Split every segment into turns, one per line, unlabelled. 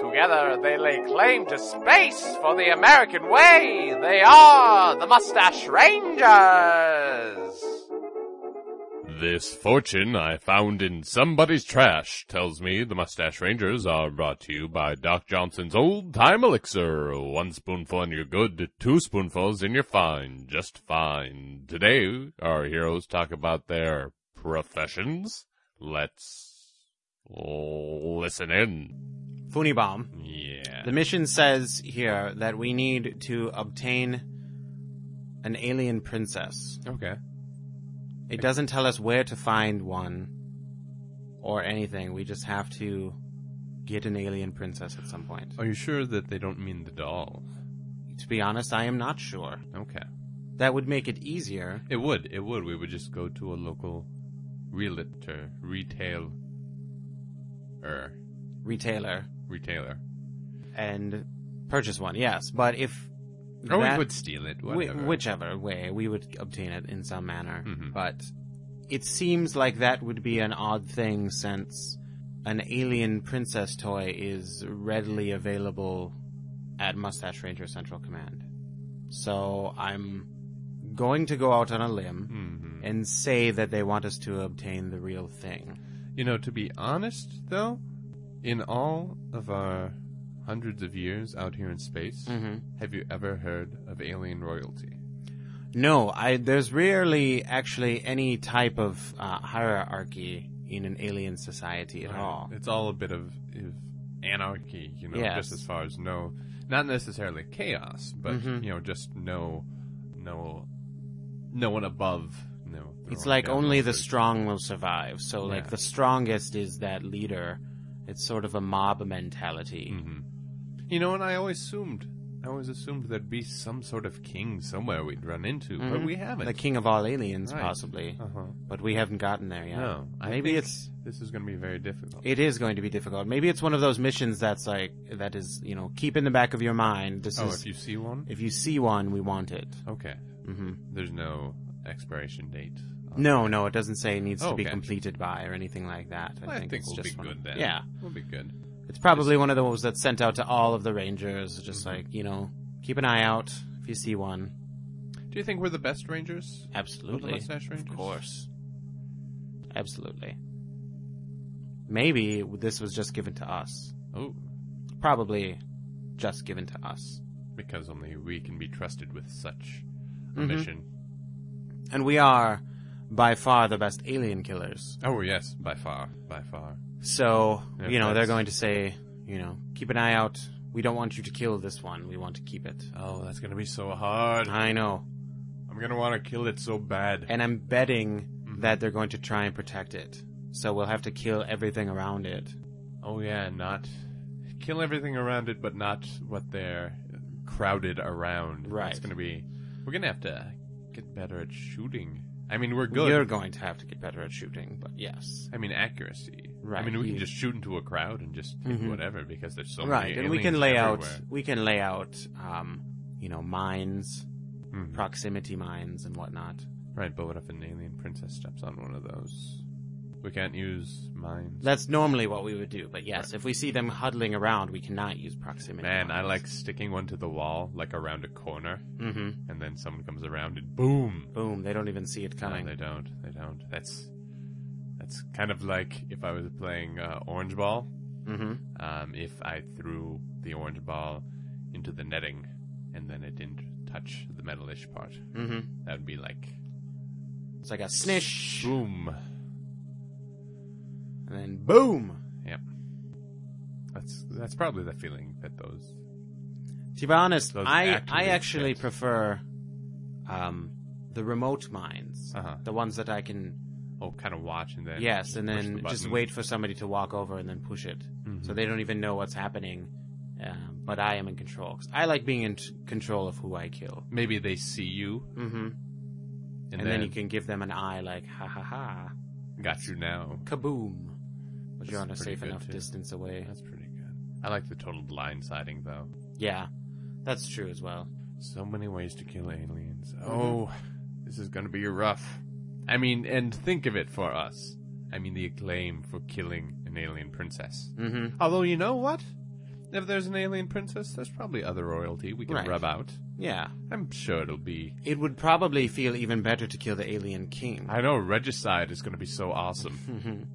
Together they lay claim to space for the American way. They are the Mustache Rangers.
This fortune I found in somebody's trash tells me the Mustache Rangers are brought to you by Doc Johnson's Old Time Elixir. One spoonful and you're good, two spoonfuls and you're fine, just fine. Today, our heroes talk about their professions. Let's listen in.
Funibom.
Yeah.
The mission says here that we need to obtain an alien princess.
Okay.
It doesn't tell us where to find one or anything. We just have to get an alien princess at some point.
Are you sure that they don't mean the doll?
To be honest, I am not sure.
Okay.
That would make it easier.
It would. It would. We would just go to a local realtor, retail, er,
Retailer
retailer.
and purchase one, yes. But if
Or
that-
we Oh, would steal it.
Whi-
Whatever.
whichever way we would obtain it in some manner
Mhm.
but it seems like that would be an odd thing since an alien princess toy is readily available at mustache ranger central command so i'm going to go out on a limb
Mhm.
and say that they want us to obtain the real thing
You know, to be honest, though, in all of our hundreds of years out here in space,
mm-hmm.
have you ever heard of alien royalty?
No, I there's rarely actually any type of uh, hierarchy in an alien society at all.
It's all a bit of, of anarchy, you know,
Yes.
just as far as no, not necessarily chaos, but
Mhm.
you know, just no, no, no one above. No, they're
It's
all
like
down
only
low,
the
so-
strong will survive. So
Yeah.
like the strongest is that leader. It's sort of a mob mentality.
Mhm. You know, and I always assumed, I always assumed there'd be some sort of king somewhere we'd run into, but
Mhm.
we haven't.
The king of all aliens,
Right.
possibly,
uh huh.
but we haven't gotten there yet.
No, I
Maybe
think
it's
this is going to be very difficult.
it is going to be difficult. Maybe it's one of those missions that's like that is you know keep in the back of your mind. This
oh,
is
if you see one,
if you see one, we want it.
okay.
hmm
There's no expiration date. on
No, no, it doesn't say it needs to be
Okay.
completed by or anything like that. I,
I think,
it's
we'll
just
be
one-
good then.
Yeah,
we'll be good.
It's probably one of those that's sent out to all of the Rangers, just
Mm-hmm.
like, you know, keep an eye out if you see one.
Do you think we're the best Rangers?
Absolutely.
Of the Mustache Rangers?
Of course. Absolutely. Maybe this was just given to us.
Oh,
Probably just given to us.
because only we can be trusted with such a
Mhm.
mission.
And we are by far the best alien killers.
Oh yes, by far, by far.
So,
Yeah,
you know, they're
that's-
going to say, you know, keep an eye out. We don't want you to kill this one. We want to keep it.
Oh, that's gonna be so hard.
I know.
I'm gonna want to kill it so bad.
and I'm betting
Mm-hmm.
that they're going to try and protect it. So we'll have to kill everything around it.
Oh yeah, not kill everything around it, but not what they're crowded around. It's
Right.
gonna be. We're gonna have to get better at shooting. I mean, we're good.
You're going to have to get better at shooting, but yes.
I mean, accuracy. I
Right,
mean, we can
you-
just shoot into a crowd and just hit
Mhm.
whatever because there's so
right,
many.
and we
aliens
can lay
everywhere.
out we can lay out um, you know, mines,
Mhm.
proximity mines and whatnot.
Right, but what if an alien princess steps on one of those? We can't use mines.
That's normally what we would do, but yes, if we see them huddling around, we cannot use proximity.
Man, I like sticking one to the wall, like around a corner,
hmm
and then someone comes around and boom.
Boom, they don't even see it coming.
No, they don't. They don't. That's that's kind of like if I was playing uh, orange ball.
hmm
Um, if I threw the orange ball into the netting, and then it didn't touch the metalish part,
hmm
that would be like
It's like a snish
boom.
and then boom.
That's that's probably the feeling that those.
To be honest,
Those
I I
activate
actually
ships.
prefer um, the remote mines,
Uh-huh.
the ones that I can
Oh, kind of watch and then
yes, and
push the
then just
button. Mm-hmm.
wait for somebody to walk over and then push it, so they don't even know what's happening, Um, but I am in control. 'cause I like being in t- control of who I kill.
Maybe they see you
Mm-hmm.
and,
And, then, you can give them an eye like, ha ha ha,
got you now.
kaboom. But you're on
That's
a
pretty
safe
good,
enough
too.
distance away.
That's pretty good. I like the total blindsiding though.
Yeah, that's true as well.
So many ways to kill aliens.
Mm-hmm.
Oh, this is gonna be rough. I mean, and think of it for us. I mean, the acclaim for killing an alien princess.
Mm-hmm.
Although, you know what? If there's an alien princess, there's probably other royalty we can
Right.
rub out.
Yeah,
I'm sure it'll be.
it would probably feel even better to kill the alien king.
I know, Regicide is gonna be so awesome.
Mhm.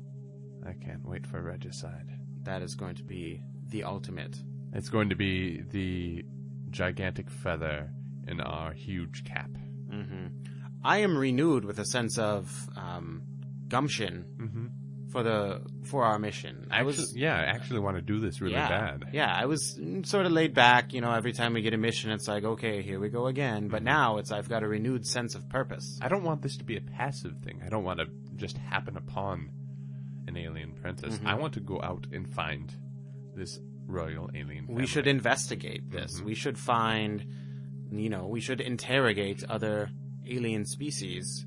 I can't wait for Regicide.
that is going to be the ultimate.
It's going to be the gigantic feather in our huge cap.
hmm I am renewed with a sense of um, gumption
Mm-hmm.
for the for our mission.
I
I was
yeah, I actually want to do this really
yeah,
bad.
Yeah, I was sort of laid back. You know, every time we get a mission, it's like, okay, here we go again. But
Mm-hmm.
now it's I've got a renewed sense of purpose.
I don't want this to be a passive thing. I don't want to just happen upon an alien princess.
Mm-hmm.
I want to go out and find this royal alien.
We should
family.
investigate this.
Mm-hmm.
We should find, you know, we should interrogate other alien species.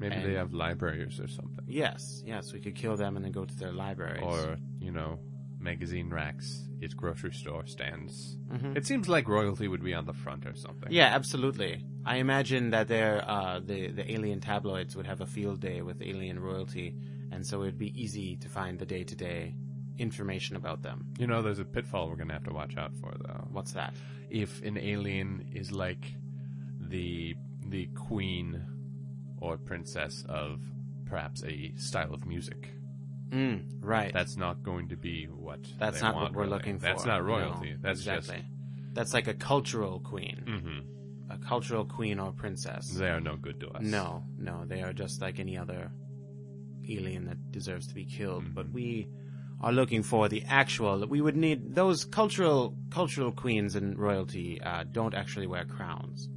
Maybe they have libraries or something,
Yes, yes, we could kill them and then go to their libraries.
or you know, magazine racks at grocery store stands.
Mhm.
It seems like royalty would be on the front or something.
Yeah, absolutely. I imagine that their uh, the the alien tabloids would have a field day with alien royalty, and so it'd be easy to find the day to day information about them.
You know, there's a pitfall we're gonna have to watch out for though.
What's that?
if an alien is like the the queen or princess of perhaps a style of music.
Mm, right.
That's not going to be what
That's
they
not
want,
what we're
really.
looking for.
That's not
No,
royalty. That's
exactly. That's like a cultural queen,
just hmm
a cultural queen or princess.
they are no good to us.
No, no, they are just like any other alien that deserves to be killed. But
Mm-hmm.
we are looking for the actual. We would need those cultural cultural queens and royalty uh, don't actually wear crowns,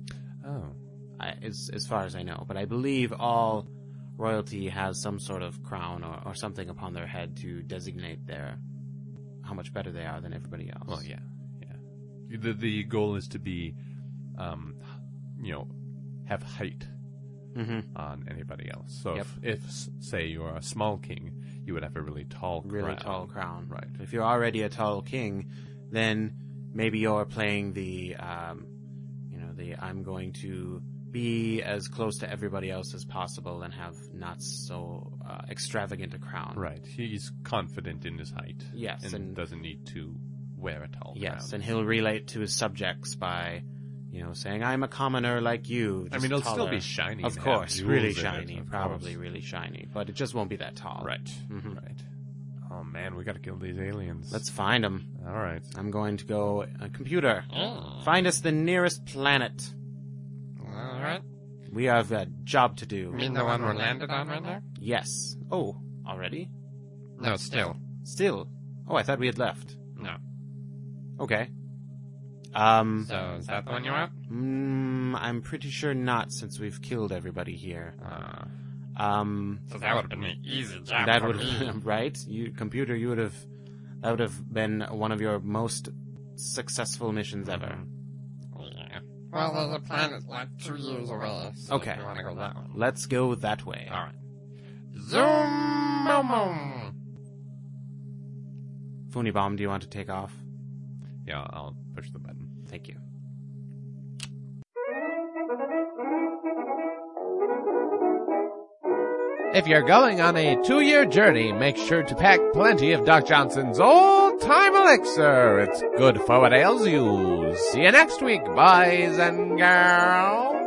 Oh,
I, as as far as I know. But I believe all royalty has some sort of crown or, or something upon their head to designate their how much better they are than everybody else.
well, yeah, yeah. The the goal is to be, um, you know, have height
hmm
on anybody else. So
Yep.
if, if say you are a small king, you would have a really tall,
really
crown.
tall crown.
Right.
If you're already a tall king, then maybe you're playing the, um, you know, the I'm going to be as close to everybody else as possible and have not so uh, extravagant a crown.
Right. He's confident in his height.
Yes,
And,
and-
doesn't need to wear a tall
Yes,
crown.
and he'll relate to his subjects by, you know, saying I'm a commoner like you.
I
just
mean, it'll still
taller."
be shiny and
Of
have
course,
jewels
really
in it,
shiny,
of
probably
course.
really shiny, but it just won't be that tall.
Right.
Mhm.
Right. Oh man, we gotta kill these aliens.
Let's find him.
All right.
I'm going to go. Uh, computer, find us the nearest planet.
All right.
We have a job to do.
You mean the one we're landed on right now?
Yes. Oh, already?
No, still.
Still. Oh, I thought we had left.
No.
Okay. Um,
So is that the one you want?
mm, I'm pretty sure not since we've killed everybody here.
Uh,
Um,
so that would have been an easy job.
that
for
would
Ah, me.
right? You computer, you would have that would have been one of your most successful missions ever.
Mm-hmm. Yeah. Well, there's a planet like two years away. So
Okay.
If you want to go that one?
Let's go that way.
All right. Zoom, boom, boom.
Funibomb, do you want to take off?
Yeah, I'll push the button.
Thank you.
If you're going on a two year journey, make sure to pack plenty of Doc Johnson's old time elixir. It's good for what ails you. See you next week, boys and girls.